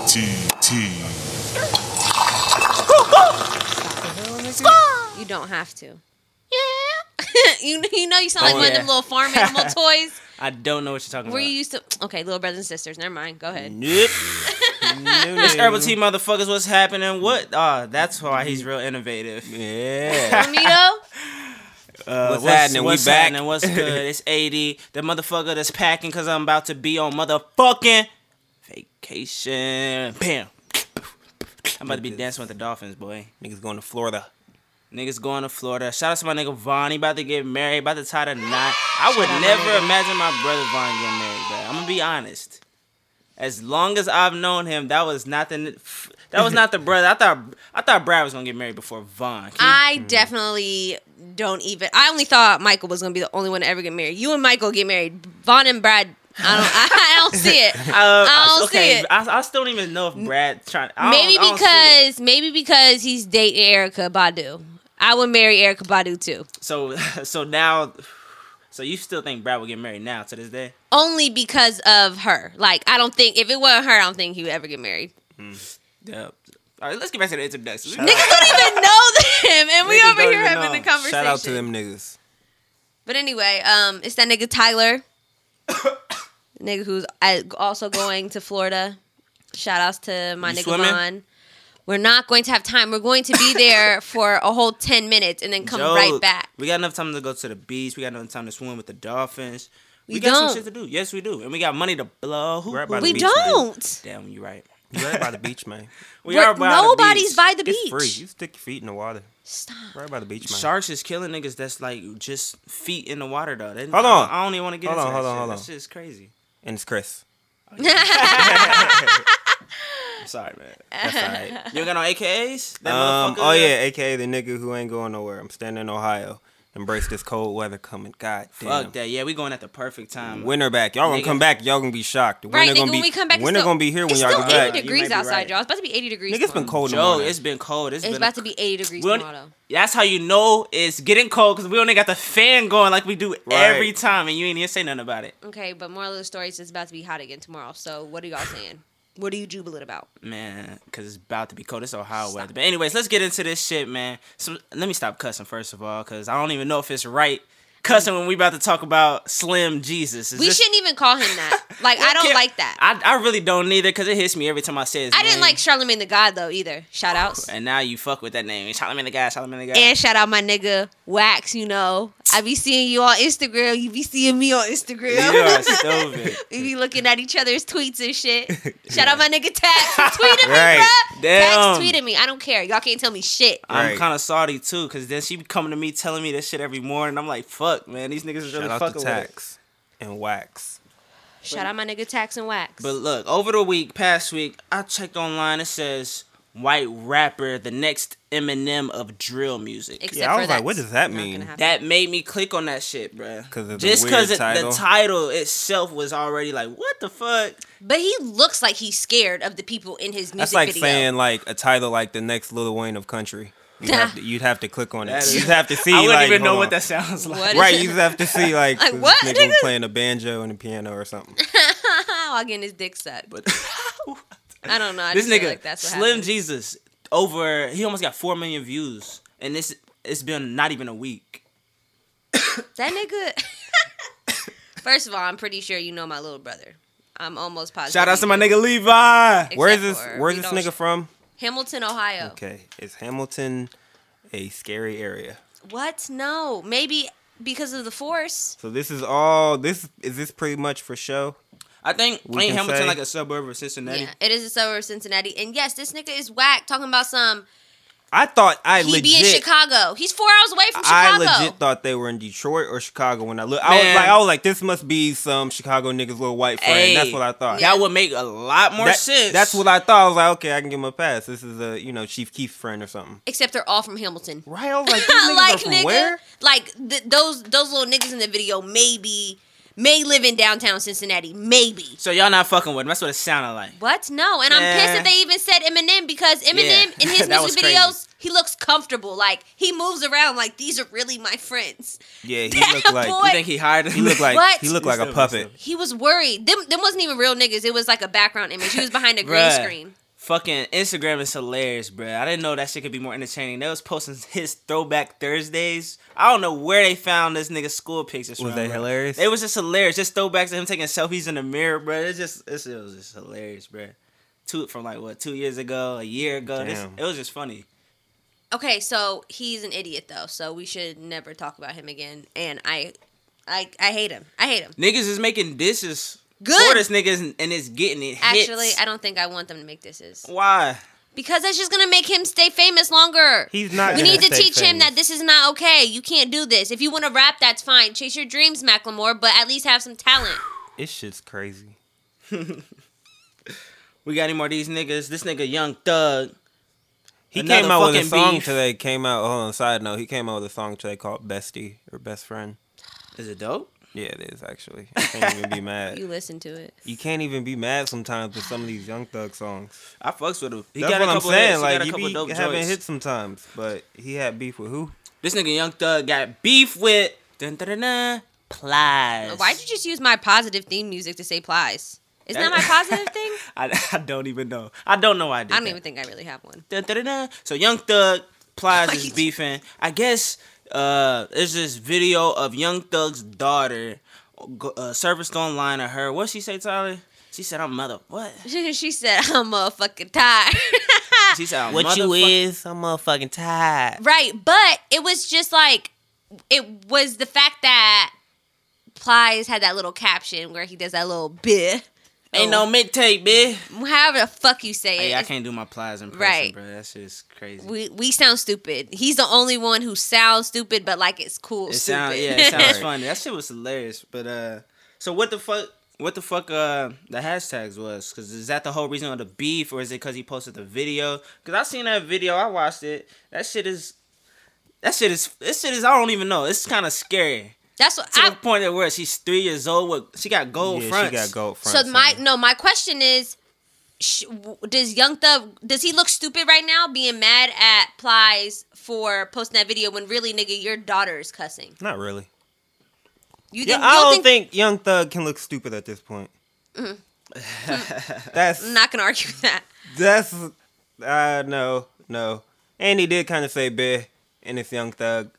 TTT. You don't have to. Yeah. you you know you sound like Oh, one of yeah. them little farm animal toys I don't know what you're talking where you about. used to. Okay, little brothers and sisters. Never mind. Go ahead. Nope. This herbal tea motherfuckers, what's happening? What? Ah, that's why he's real innovative. Yeah. Bonito. Uh, what's, happening? what's we back. happening? What's good? It's AD, the motherfucker that's packing because I'm about to be on motherfucking vacation. Bam. I'm about to be dancing with the dolphins, boy. Niggas going to Florida. Niggas going to Florida. Shout out to my nigga Vaughn. He about to get married, about to tie the knot. I would never imagine my brother Vaughn getting married, bro. I'm gonna be honest. As long as I've known him, that was not the that was not the brother. I thought I thought Brad was gonna get married before Vaughn. Can you- I definitely don't even. I only thought Michael was gonna be the only one to ever get married. You and Michael get married. Vaughn and Brad. I don't. I, don't see it. Uh, I don't see it. I, I still don't even know if Brad trying. I Maybe don't, I don't see it. because maybe because he's dating Erica Badu. I would marry Erica Badu too. so so now, so you still think Brad will get married now to this day? Only because of her. Like I don't think if it wasn't her, I don't think he would ever get married. Yep. All right, let's get back to the introduction. Niggas don't even know them, and we Niggas over don't here even having know. a conversation. Shout out to them niggas. But anyway, um, it's that nigga Tyler, the nigga who's I- also going to Florida. Shout outs to my You nigga swimming? Vaughn. We're not going to have time. We're going to be there for a whole ten minutes and then come Joe, right back. We got enough time to go to the beach. We got enough time to swim with the dolphins. We, We got don't. some shit to do. Yes, we do, and we got money to blow. We're by the We beach, man. don't. Damn, you right. You right by the beach, man. We We're- are by nobody's the beach. by the beach. It's free. You stick your feet in the water. Stop. Right by the beach, man. Sharks is killing niggas. That's like just feet in the water though. They- Hold on. I don't even want to get Hold into that on, hold on, shit. hold that on. shit is crazy. And it's Chris. I'm sorry, man. That's all right. You don't got no AKAs? That Um, motherfucker? oh yeah, aka the nigga who ain't going nowhere. I'm staying in Ohio. Embrace this cold weather coming. God damn. Fuck that. Yeah, we going at the perfect time. Winter back. Y'all gonna Nigga. come back. Y'all gonna be shocked. Winter Right, nigga. gonna when be, we come back, it's Winter still- gonna be here when it's y'all still get back. back. eighty You might degrees be outside, right. y'all. It's about to be eighty degrees. Nigga, it's tomorrow. been cold. in the Joe, morning. it's been cold. It's been about to a- be eighty degrees We only- tomorrow. that's how you know it's getting cold because we only got the fan going like we do every Right. time, and you ain't even say nothing about it. Okay, but moral of the story is it's about to be hot again tomorrow. So what are y'all saying? What are you jubilant about? Man, because it's about to be cold. It's Ohio weather. But, anyways, let's get into this shit, man. So, let me stop cussing, first of all, because I don't even know if it's right cussing when we about to talk about Slim Jesus. Is We this- shouldn't even call him that. Like I don't can't- like that. I, I really don't either because it hits me every time I say his I didn't name. like Charlemagne the God though either. Shout Oh, outs. And now you fuck with that name. Charlamagne the guy, Charlamagne the guy. And shout out my nigga Wax, you know. I be seeing you on Instagram. You be seeing me on Instagram. you are stupid. we be looking at each other's tweets and shit. Shout out my nigga Tax. Tweeted me, Right. bruh. Damn. Tax tweeted me. I don't care. Y'all can't tell me shit. I'm Right. kind of salty too, cause then she be coming to me telling me this shit every morning. I'm like, fuck, man, these niggas is really Shout out fucking to with it. Tax and Wax. Shout out my nigga Tax and Wax. But look, over the week, past week, I checked online. It says white rapper, the next Eminem of drill music. Except Yeah, I was for like, what that's does that not mean? gonna happen. that made me click on that shit, bruh. 'Cause of the Just weird it, the title. title itself was already like, what the fuck? But he looks like he's scared of the people in his music That's like video. saying like a title like the next Lil Wayne of country. You'd have to, you'd have to click on That it. is- You'd have to see. I wouldn't like, even know hold what on. that sounds like. What? Right, you'd have to see like, Like, this what, nigga nigga? playing a banjo and a piano or something. I'll get his dick sucked. But I don't know. I this just feel nigga, like that's what Slim happened. Jesus, over he almost got four million views, and this it's been not even a week. That nigga. First of all, I'm pretty sure you know my little brother. I'm almost positive. Shout out you to my do. nigga Levi. Where is Except this? for Where's we this don't- nigga from? Hamilton, Ohio. Okay, is Hamilton a scary area? What? No. Maybe because of the force. So this is all. This is this pretty much for show. I think We ain't can Hamilton say- like a suburb of Cincinnati. Yeah, it is a suburb of Cincinnati. And yes, this nigga is whack talking about some. I thought I He legit. be in Chicago. He's four hours away from I Chicago. legit thought they were in Detroit or Chicago when I look. I Man. was like, I was like, this must be some Chicago niggas little white friend. Hey, that's what I thought. That would make a lot more That- sense. That's what I thought. I was like, okay, I can give him a pass. This is a you know Chief Keith friend or something. Except they're all from Hamilton. Right? I was like, these niggas are like from nigga, where? like th- those those little niggas in the video maybe may live in downtown Cincinnati. Maybe. So y'all not fucking with him. That's what it sounded like. What? No, and I'm Nah. pissed that they even said Eminem because Eminem in his That was music videos He looks comfortable. Like he moves around. Like these are really my friends. Yeah, he Damn, looked like boy. You think he hired him? he looked like What? he looked like a He's puppet. still- He was worried. Them them wasn't even real niggas. It was like a background image. He was behind a green Bruh. screen. Fucking Instagram is hilarious, bruh. I didn't know that shit could be more entertaining. They was posting his throwback Thursdays. I don't know where they found this nigga's school pictures from. Was they bruh. hilarious? It was just hilarious. Just throwbacks of him taking selfies in the mirror, bruh. It's just it's, it was just hilarious, bruh. Two from like what two years ago, a year ago. This, Damn. it was just funny. Okay, so he's an idiot though. So we should never talk about him again. And I, I, I hate him. I hate him. Niggas is making dishes Good. for this niggas and- and it's getting it. Actually, hits. I don't think I want them to make this is why? because that's just gonna make him stay famous longer. He's not. we gonna need to stay teach him famous. that this is not okay. You can't do this. If you want to rap, that's fine. Chase your dreams, Macklemore, but at least have some talent. This shit's crazy. We got any more of these niggas? This nigga Young Thug. He Another came out with a fucking song beef. today. Came out. Hold on. Side note. He came out with a song today called "Bestie" or "Best Friend." Is it dope? Yeah, it is actually. You can't even be mad. You listen to it. You can't even be mad sometimes with some of these Young Thug songs. I fucks with him. He That's got a what I'm couple saying. hits. He like got a you couple be dope having joints. hits sometimes, but he had beef with who? This nigga Young Thug got beef with dun dun dun, dun Plies. Why'd you just use my positive theme music to say plies? Isn't that my positive thing? I, I don't even know. I don't know why I did. I don't that. even think I really have one. Dun, dun, dun, dun. So Young Thug Plies Why is you- beefing. I guess uh, there's this video of Young Thug's daughter go- uh, surfaced online of her. What she say, Tyler? She said, "I'm mother." What? she said, I'm a fucking tired. Ah. She said, I'm What you motherfuck- is? I'm motherfucking tired. right, but it was just like, it was the fact that Plies had that little caption where he does that little bit. Ain't no mid tape, bitch. However the fuck you say it. Hey, I it's- can't do my plies in person, Right. bro. That's just crazy. we we sound stupid. He's the only one who sounds stupid, but like it's cool. it stupid. sounds yeah, it sounds Right. funny. That shit was hilarious. But uh, so what the fuck? What the fuck? Uh, the hashtags was because is that the whole reason of the beef, or is it because he posted the video? Because I seen that video, I watched it. That shit is. That shit is. This shit is. I don't even know. It's kind of scary That's what to I. the point of where she's three years old. With she got gold yeah, fronts. she got gold front. So my no, my question is, sh- w- does Young Thug does he look stupid right now being mad at Plies for posting that video when really nigga your daughter is cussing? Not really. You Yeah, think I you don't think, Mm. think Young Thug can look stupid at this point. that's I'm not gonna argue with that. that's uh no no. And he did kind of say "bitch" in this Young Thug.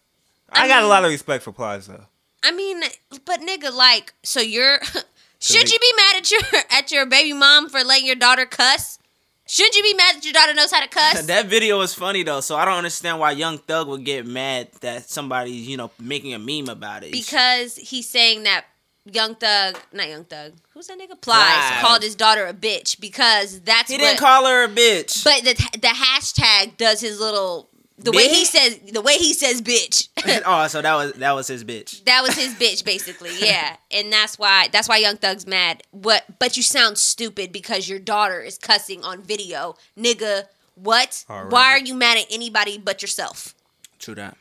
I, got a mean- lot of respect for Plies though. I mean, but nigga, like, so you're should they- you be mad at your at your baby mom for letting your daughter cuss? Should you be mad that your daughter knows how to cuss? That video was funny though, so I don't understand why Young Thug would get mad that somebody's you know making a meme about it. because he's saying that Young Thug, not Young Thug, who's that nigga? Plies Plies. called his daughter a bitch because that's he what. didn't call her a bitch. but the the hashtag does his little the way he Bitch? says the way he says bitch. oh, so that was that was his bitch. that was his bitch basically, yeah, and that's why that's why Young Thug's mad. What? But you sound stupid because your daughter is cussing on video, nigga. What? All right. Why are you mad at anybody but yourself? True that.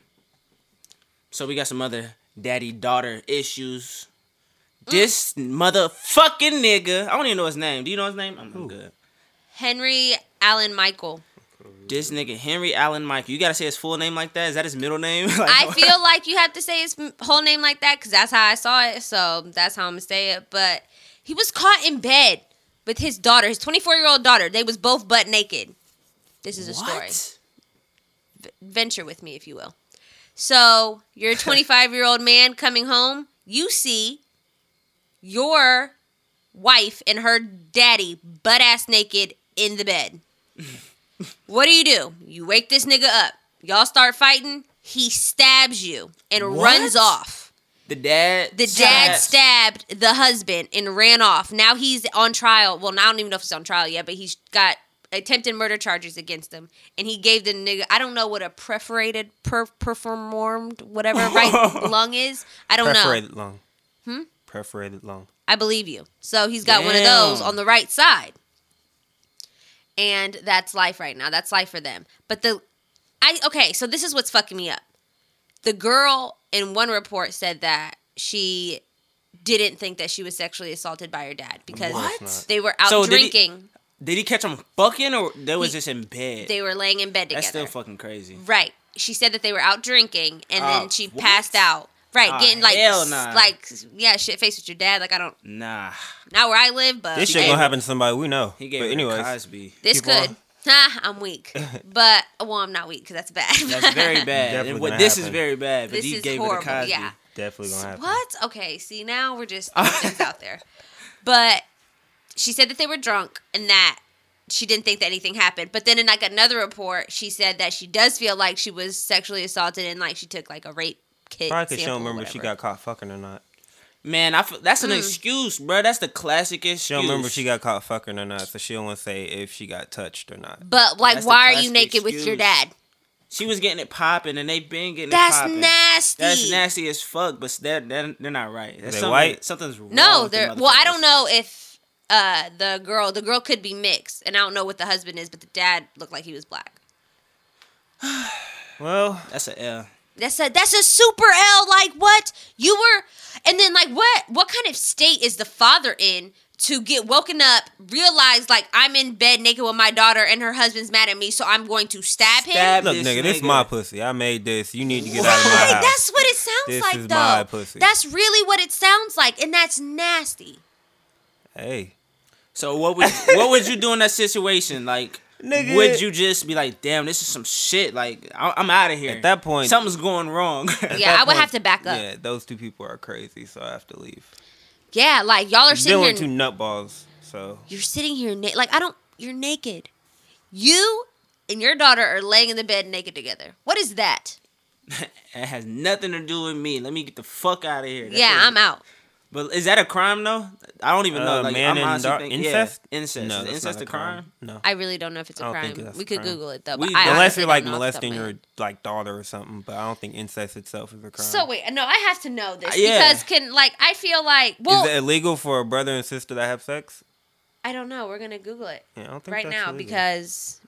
So we got some other daddy daughter issues. Mm. This motherfucking nigga, I don't even know his name. Do you know his name? I'm I'm good. Henry Allen Michael. This nigga Henry Allen Mike. You gotta say his full name like that. Is that his middle name? Like, I feel like you have to say his m- whole name like that because that's how I saw it. So that's how I'm gonna say it. But he was caught in bed with his daughter, his 24 year old daughter. They was both butt naked. This is a story. What? Venture with me, if you will. So you're a 25 year old man coming home. You see your wife and her daddy butt ass naked in the bed. what do you do? You wake this nigga up. Y'all start fighting. He stabs you and What? runs off. The dad. The dad stabbed- stabbed the husband and ran off. Now he's on trial. Well, now I don't even know if he's on trial yet, but he's got attempted murder charges against him. And he gave the nigga, I don't know what a perforated, per, performed, whatever right lung is. I don't know. Perforated lung. Hmm. Perforated lung. I believe you. So he's got one of Damn. those on the right side. And that's life right now. That's life for them. But the I okay, so this is what's fucking me up. The girl in one report said that she didn't think that she was sexually assaulted by her dad because What? they were out So did he- drinking. Did he catch him fucking or they was He- just in bed? They were laying in bed together. That's still fucking crazy. Right. She said that they were out drinking and Oh, then she what? passed out. Right, Ah, getting like hell s- nah. like yeah, shit face with your dad. Like I don't Nah, not where I live, but This shit hey, gonna happen to somebody we know. he gave but it anyways, to Cosby. this keep could. on. Huh, I'm weak. But well, I'm not weak because that's bad. That's very bad. Definitely And what, gonna this is happen. very bad. But This he is gave it to horrible, Cosby. yeah. definitely gonna happen. What? Okay, see now we're just throwing things out there. But she said that they were drunk and that she didn't think that anything happened. But then in like another report, she said that she does feel like she was sexually assaulted and like she took like a rape kit. Probably because she sample don't or remember if she whatever. got caught fucking or not. Man, I feel, Mm. that's an excuse, bro. That's the classic excuse. She don't remember if she got caught fucking or not, so she don't want to say if she got touched or not. But like, That's the why are you classic naked with your excuse. dad? She was getting it popping, and they been getting That's it popping. nasty. That's nasty as fuck. But they're they're, they're not right. That's They something- white? Something's wrong. No, with they're them well. I motherfuckers. don't know if uh the girl the girl could be mixed, and I don't know what the husband is, but the dad looked like he was black. Well, That's a L. That's a that's a super L. Like what you were, and then like what what kind of state is the father in to get woken up, realize like I'm in bed naked with my daughter and her husband's mad at me, so I'm going to stab him. Stab look, This nigga, this nigga. my pussy. I made this. You need to get out Right, of my house. that's what it sounds This like is though. my pussy. That's really what it sounds like, and that's nasty. hey, So what would what would you do in that situation? Like, Nigga. would you just be like, "Damn, this is some shit. Like, I- I'm out of here." At that point- something's going wrong. Yeah, I that would point- have to back up. Yeah, those two people are crazy, so I have to leave. Yeah, like y'all are They sitting were here. two nutballs, so you're sitting here na- like I don't you're naked. You and your daughter are laying in the bed naked together. What is that? it has nothing to do with me. Let me get the fuck out of here. That's yeah, it. I'm out. But is that a crime though? I don't even know. Uh, Like, man I'm and honestly dar- thinking, incest. Yeah, incest. No, is that's incest not a crime? No, I really don't know if it's a I don't crime. think that's we a could crime. Google it though. We- but I unless honestly you're like don't know off the top molesting of my your head. like daughter or something, but I don't think incest itself is a crime. So wait, no, I have to know this Uh, yeah. because can like I feel like well is it illegal for a brother and sister to have sex? I don't know. We're gonna Google it Yeah, I don't think right that's now illegal. because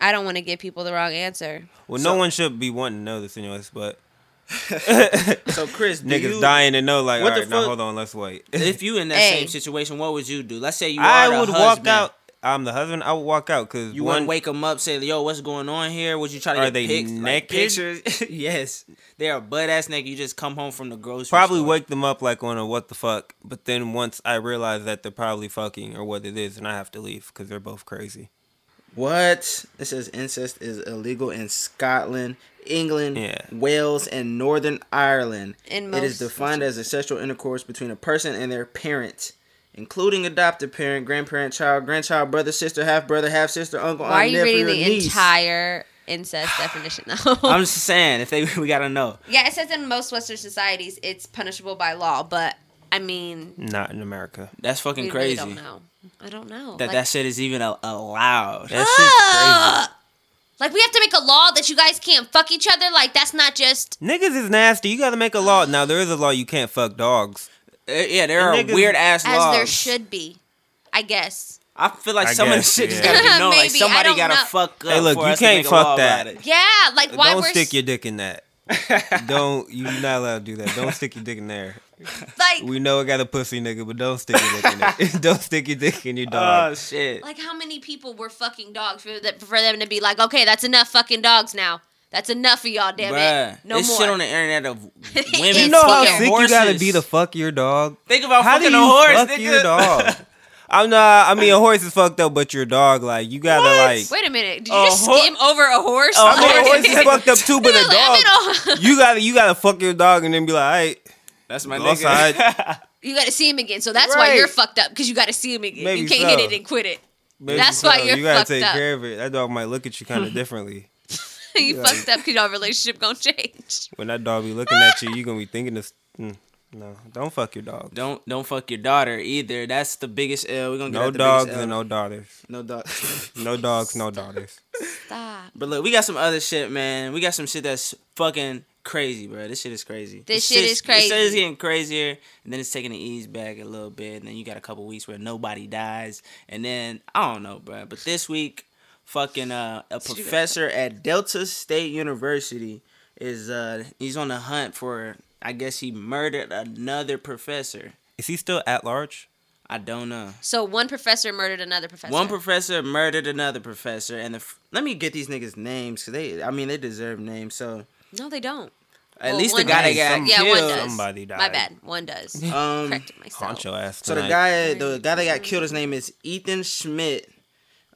I don't want to give people the wrong answer. well, So- no one should be wanting to know this anyways, but So Chris, do niggas you, dying to know. Like, all What the right, now fuck- hold on, let's wait. If you in that Hey. same situation, what would you do? Let's say you are I the would walk husband. out. I'm the husband. I would walk out because You one wouldn't wake them up, say, "Yo, what's going on here?" Would you try to Are get they pics, like, naked? pictures? yes, they are butt ass naked. You just come home from the grocery. probably store. wake them up like on a what the fuck. But then once I realize that they're probably fucking or what it is, and I have to leave because they're both crazy. What? It says incest is illegal in Scotland, England, Yeah. Wales, and Northern Ireland. In it is most- defined as a sexual intercourse between a person and their parent, including adopted parent, grandparent, child, grandchild, brother, sister, half brother, half sister, uncle, Why are aunt, you nephew, reading or the niece. entire incest definition though? I'm just saying, if they we gotta know. Yeah, it says in most Western societies it's punishable by law, but I mean, Not in America. That's fucking we really crazy. don't know. I don't know. That like, Ah! that shit is even a- allowed. That shit's Ugh! Like we have to make a law that you guys can't fuck each other. Like that's not just crazy. Niggas is nasty. You gotta make a law. Now there is a law you can't fuck dogs. Uh, yeah, there are And niggas- weird ass as laws. there should be. I guess. I feel like I some guess, of the shit just yeah. gotta be known. like Maybe, I somebody don't gotta know. fuck up. Hey, look, for you us to can't make a fuck law that. about it. Yeah, like why Don't we're stick s- your dick in that. don't you not allowed to do that. Don't stick your dick in there. like We know it got a pussy nigga, but don't stick your dick in it. don't stick your dick in your dog. Oh shit. like how many people were fucking dogs for that for them to be like, okay, that's enough fucking dogs now. That's enough of y'all, damn Bruh, it. No this more. shit on the internet of women. It's you know how fucking sick you gotta be to fuck your dog. Think about How do fucking you a horse, fuck nigga. your dog? I'm not. I mean, a horse is fucked up, but your dog, like, you gotta What? like. Wait a minute. Did you A just hor- skim over a horse? I I mean, a horse is fucked up too, but a Really? I mean, dog. You gotta, you gotta fuck your dog and then be like, all right, That's my Go nigga. You got to see him again. So that's why you're Right. fucked up because you got to see him again. you Maybe can't hit so. it and quit it. baby, That's why so you're You gotta fucked take up. care of it. That dog might look at you kind of differently. you fucked up because y'all relationship gonna change. When that dog be looking at you, you gonna be thinking this. Mm, no, don't fuck your dog. Don't don't fuck your daughter either. That's the biggest L. We're gonna get No at the dogs biggest L. and no daughters. no dog. No dogs, no daughters. Stop. but look, we got some other shit, man. We got some shit that's fucking crazy, bro. This shit is crazy. This shit shit's- is This shit is crazy. getting crazier, and then it's taking the ease back a little bit, and then you got a couple weeks where nobody dies, and then I don't know, bro. But this week, fucking uh, a professor at Delta State University is uh he's on the hunt for I guess he murdered another professor. Is he still at large? I don't know. So one professor murdered another professor. One professor murdered another professor, and the f- let me get these niggas names because they, I mean, they deserve names. So no, they don't. at Well, least the one guy that does. got Some- yeah, one killed. does. Somebody My died. bad. One does. Um, Corrected myself. Haunt your ass So the tonight. guy, the guy that got killed, his name is Ethan Schmidt.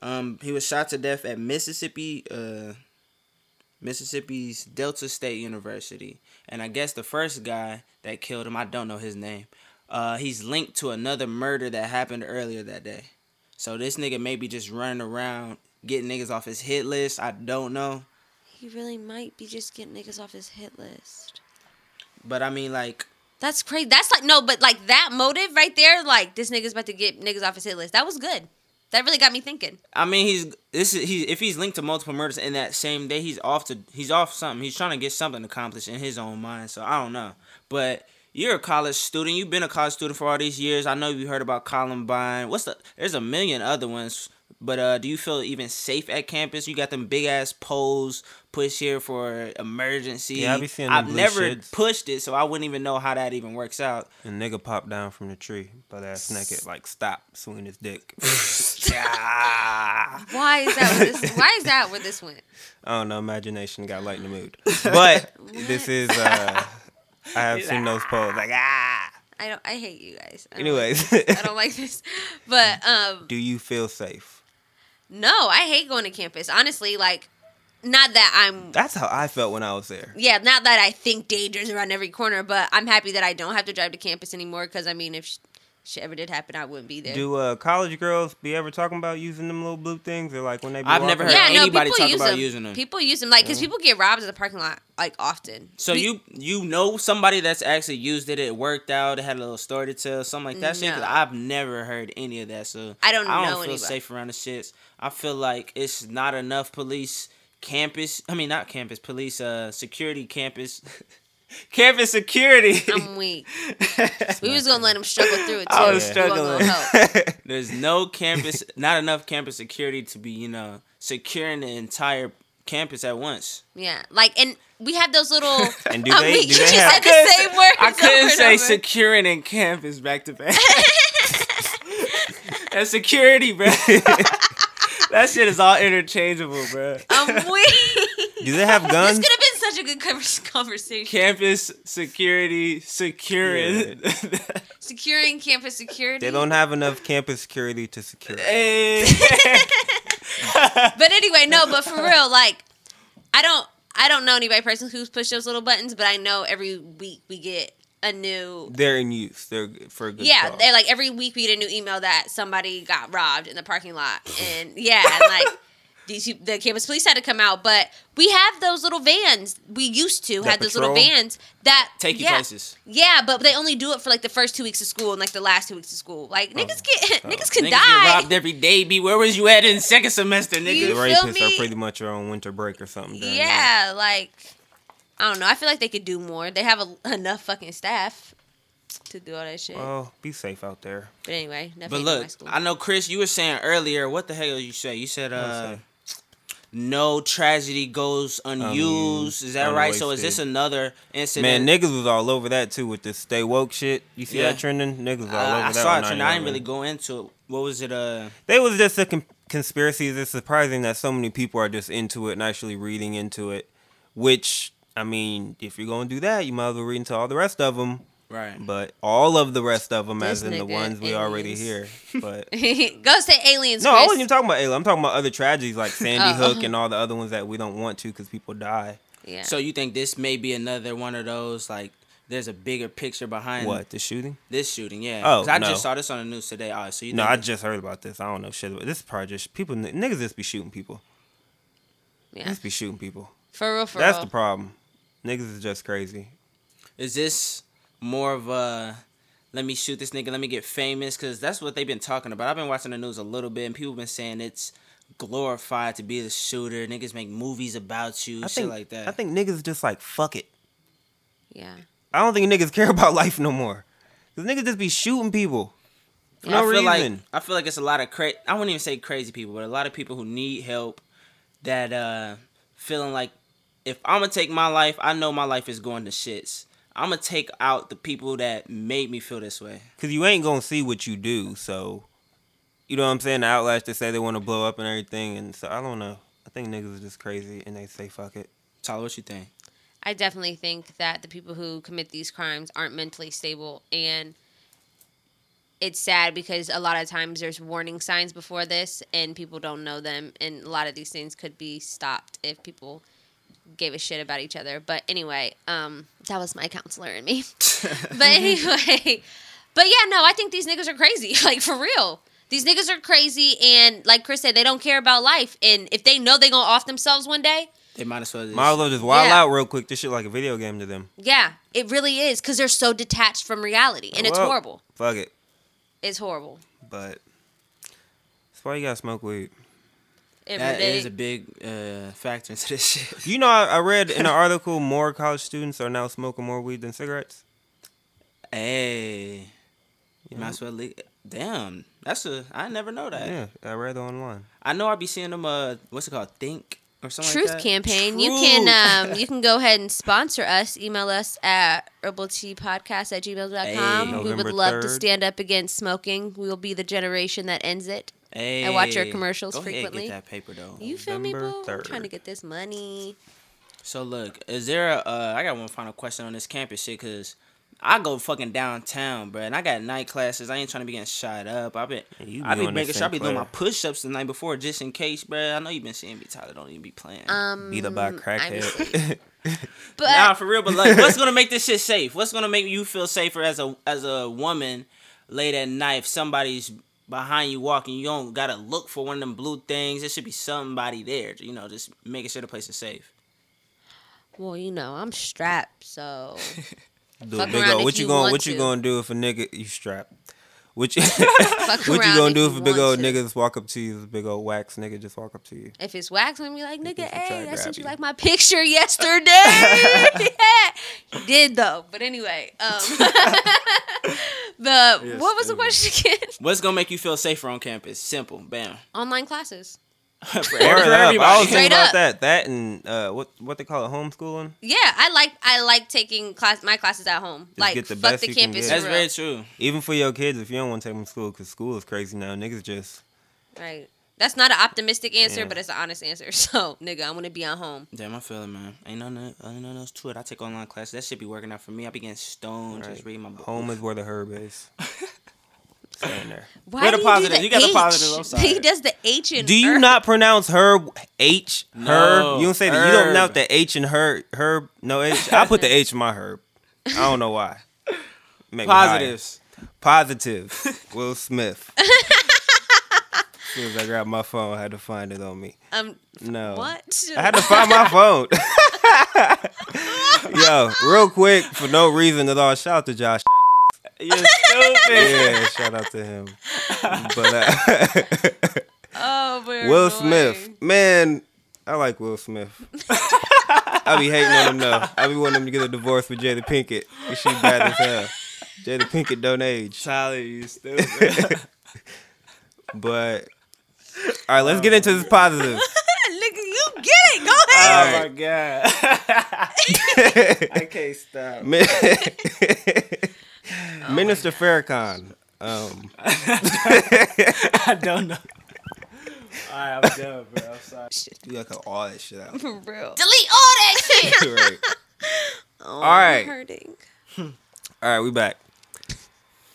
Um, he was shot to death at Mississippi, uh, Mississippi's Delta State University, and I guess the first guy that killed him, I don't know his name. Uh, he's linked to another murder that happened earlier that day. So this nigga may be just running around getting niggas off his hit list. I don't know, He really might be just getting niggas off his hit list. but I mean like. That's crazy. That's like no, but like that motive right there, like this nigga's about to get niggas off his hit list. That was good. That really got me thinking. I mean, he's this is he if he's linked to multiple murders in that same day, he's off to he's off something. He's trying to get something accomplished in his own mind. So I don't know, but you're a college student. You've been a college student for all these years. I know you heard about Columbine. What's the? There's a million other ones. But uh, do you feel even safe at campus? You got them big ass poles pushed here for emergency. Yeah, I be seeing them I've blue never shits. pushed it, so I wouldn't even know how that even works out. And nigga popped down from the tree, butt ass naked, like stop, swinging his dick. Why is that? Where this, why is that where this went? I don't know, imagination got light in the mood. But this is, uh, I have seen those poles, like ah. I don't. I hate you guys. I don't like- Anyways, I don't like this. But um, do you feel safe? no, I hate going to campus. Honestly, like, not that I'm. That's how I felt when I was there. Yeah, not that I think danger's around every corner, but I'm happy that I don't have to drive to campus anymore. Because I mean, if sh- shit ever did happen, I wouldn't be there. Do uh, college girls be ever talking about using them little blue things? Or like when they be I've never walking- heard yeah, no, anybody people talk use about them. using them. People use them like because people get robbed at the parking lot like often. So We- you you know somebody that's actually used it, it worked out, it had a little story to tell, something like that. shit, 'cause No. I've never heard any of that. So I don't I don't know feel anybody. safe around the shits. I feel like it's not enough police campus. I mean, not campus police. Uh, security campus. campus security. I'm weak. we was gonna let him struggle through it too. I was We wasn't gonna struggling. help. There's no campus, not enough campus security to be you know securing the entire campus at once. Yeah, like and we have those little. And do I'm they- weak. do you they just have- said the same words. I couldn't over say and over. securing and campus back to back. That's security, bro. that shit is all interchangeable, bro. I'm weak. Do they have This guns? could have been such a good convers- conversation. Campus security securing. Securing campus security. They don't have enough campus security to secure. Uh, it. Eh. Hey. But anyway, no. But for real, like, I don't. I don't know anybody personally who's pushed those little buttons, but I know every week we get a new. They're in use. They're for a good Yeah, cause. they're like every week we get a new email that somebody got robbed in the parking lot, and yeah, and like these peop- the campus police had to come out. But we have those little vans. We used to That had those little patrol? vans that Take you yeah. places. Yeah, but they only do it for like the first two weeks of school and like the last two weeks of school. Like niggas get niggas can Oh. Niggas get die. robbed every day, B. Where was you at in second semester, the You nigga? feel rapists me? are pretty much are on winter break or something. during that. Yeah, like I don't know. I feel like they could do more. They have a, enough fucking staff to do all that shit. Well, be safe out there. but anyway, But definitely look, my school. I know Chris, you were saying earlier, what the hell did you say? You said uh no tragedy goes unused. Is that right? So is this unwasted. another incident? Man, niggas was all over that too with this stay woke shit. You see Yeah. that trending? Niggas was all Uh, I- over I that. saw it, on and I didn't 9/11. really go into it. What was it? Uh, They was just a con- conspiracy. It's surprising that so many people are just into it and actually reading into it. Which I mean, if you're gonna do that, you might as well read into all the rest of them. right. But all of the rest of them, as This in the nigga ones we already hear. aliens. But Go say aliens. no, I Chris. wasn't even talking about Ayla. I'm talking about other tragedies like Sandy Oh. Hook and all the other ones that we don't want to because people die. Yeah. So you think this may be another one of those like? There's a bigger picture behind What the shooting? this shooting, yeah. Oh, 'Cause I no. just saw this on the news today. Oh, so you No, think I just heard about this. I don't know shit about this. Is probably just people niggas just be shooting people. yeah. Just be shooting people. For real, for That's real. the problem. Niggas is just crazy. is this more of a let me shoot this nigga, let me get famous? Because that's what they've been talking about. I've been watching the news a little bit, and people been saying it's glorified to be the shooter. Niggas make movies about you, shit like that. I think niggas just like fuck it. yeah. I don't think niggas care about life no more. Cause niggas just be shooting people. For I no feel reason. like I feel like it's a lot of cra- I wouldn't even say crazy people, but a lot of people who need help that uh feeling like if I'm gonna take my life, I know my life is going to shits. I'm gonna take out the people that made me feel this way. Cause you ain't gonna see what you do, so you know what I'm saying. The outlash they say they want to blow up and everything, and so I don't know. I think niggas is just crazy and they say fuck it. Tyler, what you think? I definitely think that the people who commit these crimes aren't mentally stable and it's sad because a lot of times there's warning signs before this and people don't know them and a lot of these things could be stopped if people gave a shit about each other. But anyway, um that was my counselor and me. but anyway, but yeah, no, I think these niggas are crazy. Like for real. These niggas are crazy and like Chris said, they don't care about life. And if they know they gonna off themselves one day, They might as well just. Marlo just wild Yeah. out real quick. This shit like a video game to them. yeah, it really is because they're so detached from reality and it's Well, horrible. Fuck it, It's horrible. but that's why you gotta smoke weed. Every that day. is a big uh, factor into this shit. You know, I, I read in an article more college students are now smoking more weed than cigarettes. Hey, you Yeah. might as well. Le- Damn, that's a. I never know that. Yeah, I read online. I know I be seeing them. Uh, what's it called? Think or something. Truth like that. campaign. You Truth. can um, you can go ahead and sponsor us. Email us at herbaltpodcast at Hey. gmail.com. we November would love to 3rd. stand up against smoking. We will be the generation that ends it. Hey, I watch your commercials go ahead and frequently. get that paper though. You feel me, November boo? I'm 3rd. trying to get this money. So look, is there? A, uh, I got one final question on this campus shit because. I go fucking downtown, bruh, and I got night classes. I ain't trying to be getting shot up. I been, Yeah, you I be be on that making sure I be doing my Sinclair. push ups the night before just in case, bruh. I know you been seeing me, Tyler. Don't even be playing. Um, Beat up by a I'm- crackhead. But nah, for real. But like, what's gonna make this shit safe? What's gonna make you feel safer as a as a woman late at night? If somebody's behind you walking, you don't gotta look for one of them blue things. There should be somebody there. You know, just making sure the place is safe. well, you know, I'm strapped, so Do a Fuck big around ol' if what you you going want what you to. gonna do if a nigga you strapped? What you fuck around what you gonna if do if a big want old to. nigga just walk up to you? This big old wax nigga just walk up to you. If it's wax, I'm gonna be like, People nigga, should try hey, to I grab sent you you. like my picture yesterday. yeah. He did though. But anyway, um the what was the question again? What's gonna make you feel safer on campus? Simple, bam. Online classes. for for Word up. I was everybody. Straight thinking about up. that. That and uh, what what they call it, homeschooling. Yeah, I like I like taking class my classes at home. like get the fuck best the you can campus get. That's for very true. Even for your kids, if you don't want to take them to school, because school is crazy now. Niggas just real. Right. That's not an optimistic answer, Yeah. but it's an honest answer. So, nigga, I'm gonna be at home. Damn, I feel it, man. Ain't none, of- ain't none else to it. I take online classes. That should be working out for me. I be getting stoned just Right. reading my book. home is where the herb is. Stand there. Why Where the do positive? You, You do got the the positive, I'm H? sorry. He does the H in Do you herb. not pronounce herb H herb? No, you don't say that. You don't herb. pronounce the H in herb herb. No H. I put the H in my herb. I don't know why. Make me higher. Positives. Positive. Will Smith. as soon as I grabbed my phone, I had to find it on me. um No. what? I had to find my phone. Yo, real quick, for no reason at all. Shout out to Josh. You're stupid. Yeah, shout out to him. But uh, Oh, we're Will annoying. Smith, man, I like Will Smith. I be hating on him though. I be wanting him to get a divorce with Jada Pinkett. But she bad as hell. Jada Pinkett don't age. Tyler, you stupid. But all right, let's get into this positive. Nigga, you get it. Go ahead. Oh my god. I can't stop. Min- Minister Farrakhan. Um, I don't know. Alright, I'm done, bro. I'm sorry. you gotta cut all that shit out. For real. Delete all that shit. Right. all right. hurting. All right, we back.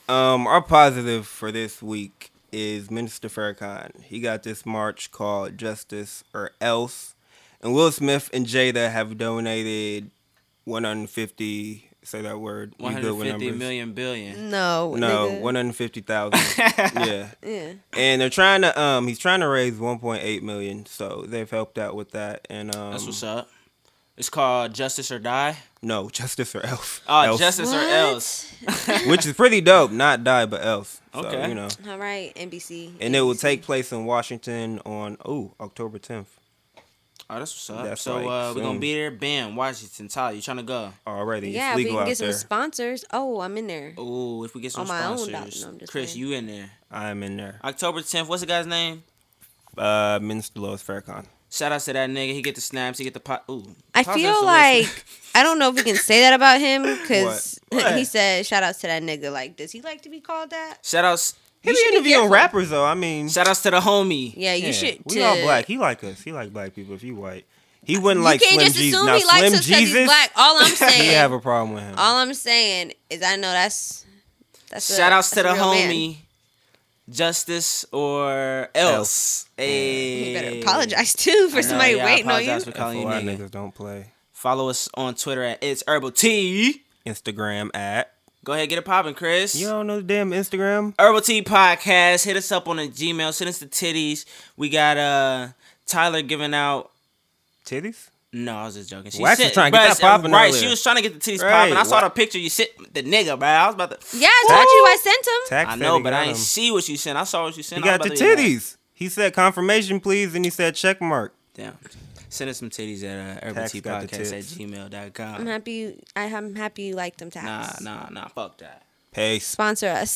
Um, our positive for this week is Minister Farrakhan. He got this march called Justice or Else, and Will Smith and Jada have donated 150. Say that word. You good with 150 numbers. Mm. million billion. No. No, nigga. 150,000. yeah. Yeah. And they're trying to um he's trying to raise 1.8 million, so they've helped out with that. And um That's what's up. It's called Justice or Die. no, Justice or Else. Oh, Else. Justice or What? Else. which is pretty dope. Not die, but else. So, Okay. You know, All right, NBC. and it will take place in Washington on oh October 10th Oh, that's what's up. That's so like uh, we're gonna soon. be there. Bam, Washington, Tyler, you trying to go? already. Yeah, it's we legal can out get some there. sponsors. Oh, I'm in there. Oh, if we get some On my own, sponsors, no, I'm just Chris, playing. you in there? I'm in there. October 10th. What's the guy's name? Uh, Minister Lois Farrakhan. Shout out to that nigga. He get the snaps. He get the pot. Ooh. I Pops feel Russell like Wilson. I don't know if we can say that about him because What? What? he said shout outs to that nigga. Like, does he like to be called that? shout outs. He You be should be interviewing careful. rappers though. I mean, Shout outs to the homie. Yeah, you yeah, should. We to- all black. He like us. He like black people. If you white, he wouldn't You like can't Slim just Jesus. assume Now, he likes Slim us because Jesus, he's black. All I'm We saying, have a problem with him. all I'm saying is I know that's that's. a- Shout outs to that's the a real man. homie. Justice or else. Hey. You better apologize too for somebody yeah, I waiting on you. apologize for calling you FOI nigga. niggas don't play. Follow us on Twitter at it's herbal tea. Instagram at Go ahead, get it popping, Chris. you don't know the damn Instagram. Herbal Tea Podcast. Hit us up on the Gmail. Send us the titties. We got uh Tyler giving out. Titties. No, I was just joking. She Wax was trying to get bruh, that popping Right, earlier. she was trying to get the titties Right, popping. I saw Wa- the picture. You sit the nigga, bro. I was about to. Yeah, I told you I sent him. Tax I said know, he but got I ain't him. see what you sent. I saw what you He sent. I was got the about to leave it titties. He said confirmation, please, and he said check mark. alone. Damn. Send us some titties at uh, herbal Tax tea got the podcast at tits. I'm gmail.com. happy. You, I, am happy you liked them. Nah, Tax. nah, nah. Fuck that. Peace. Sponsor us.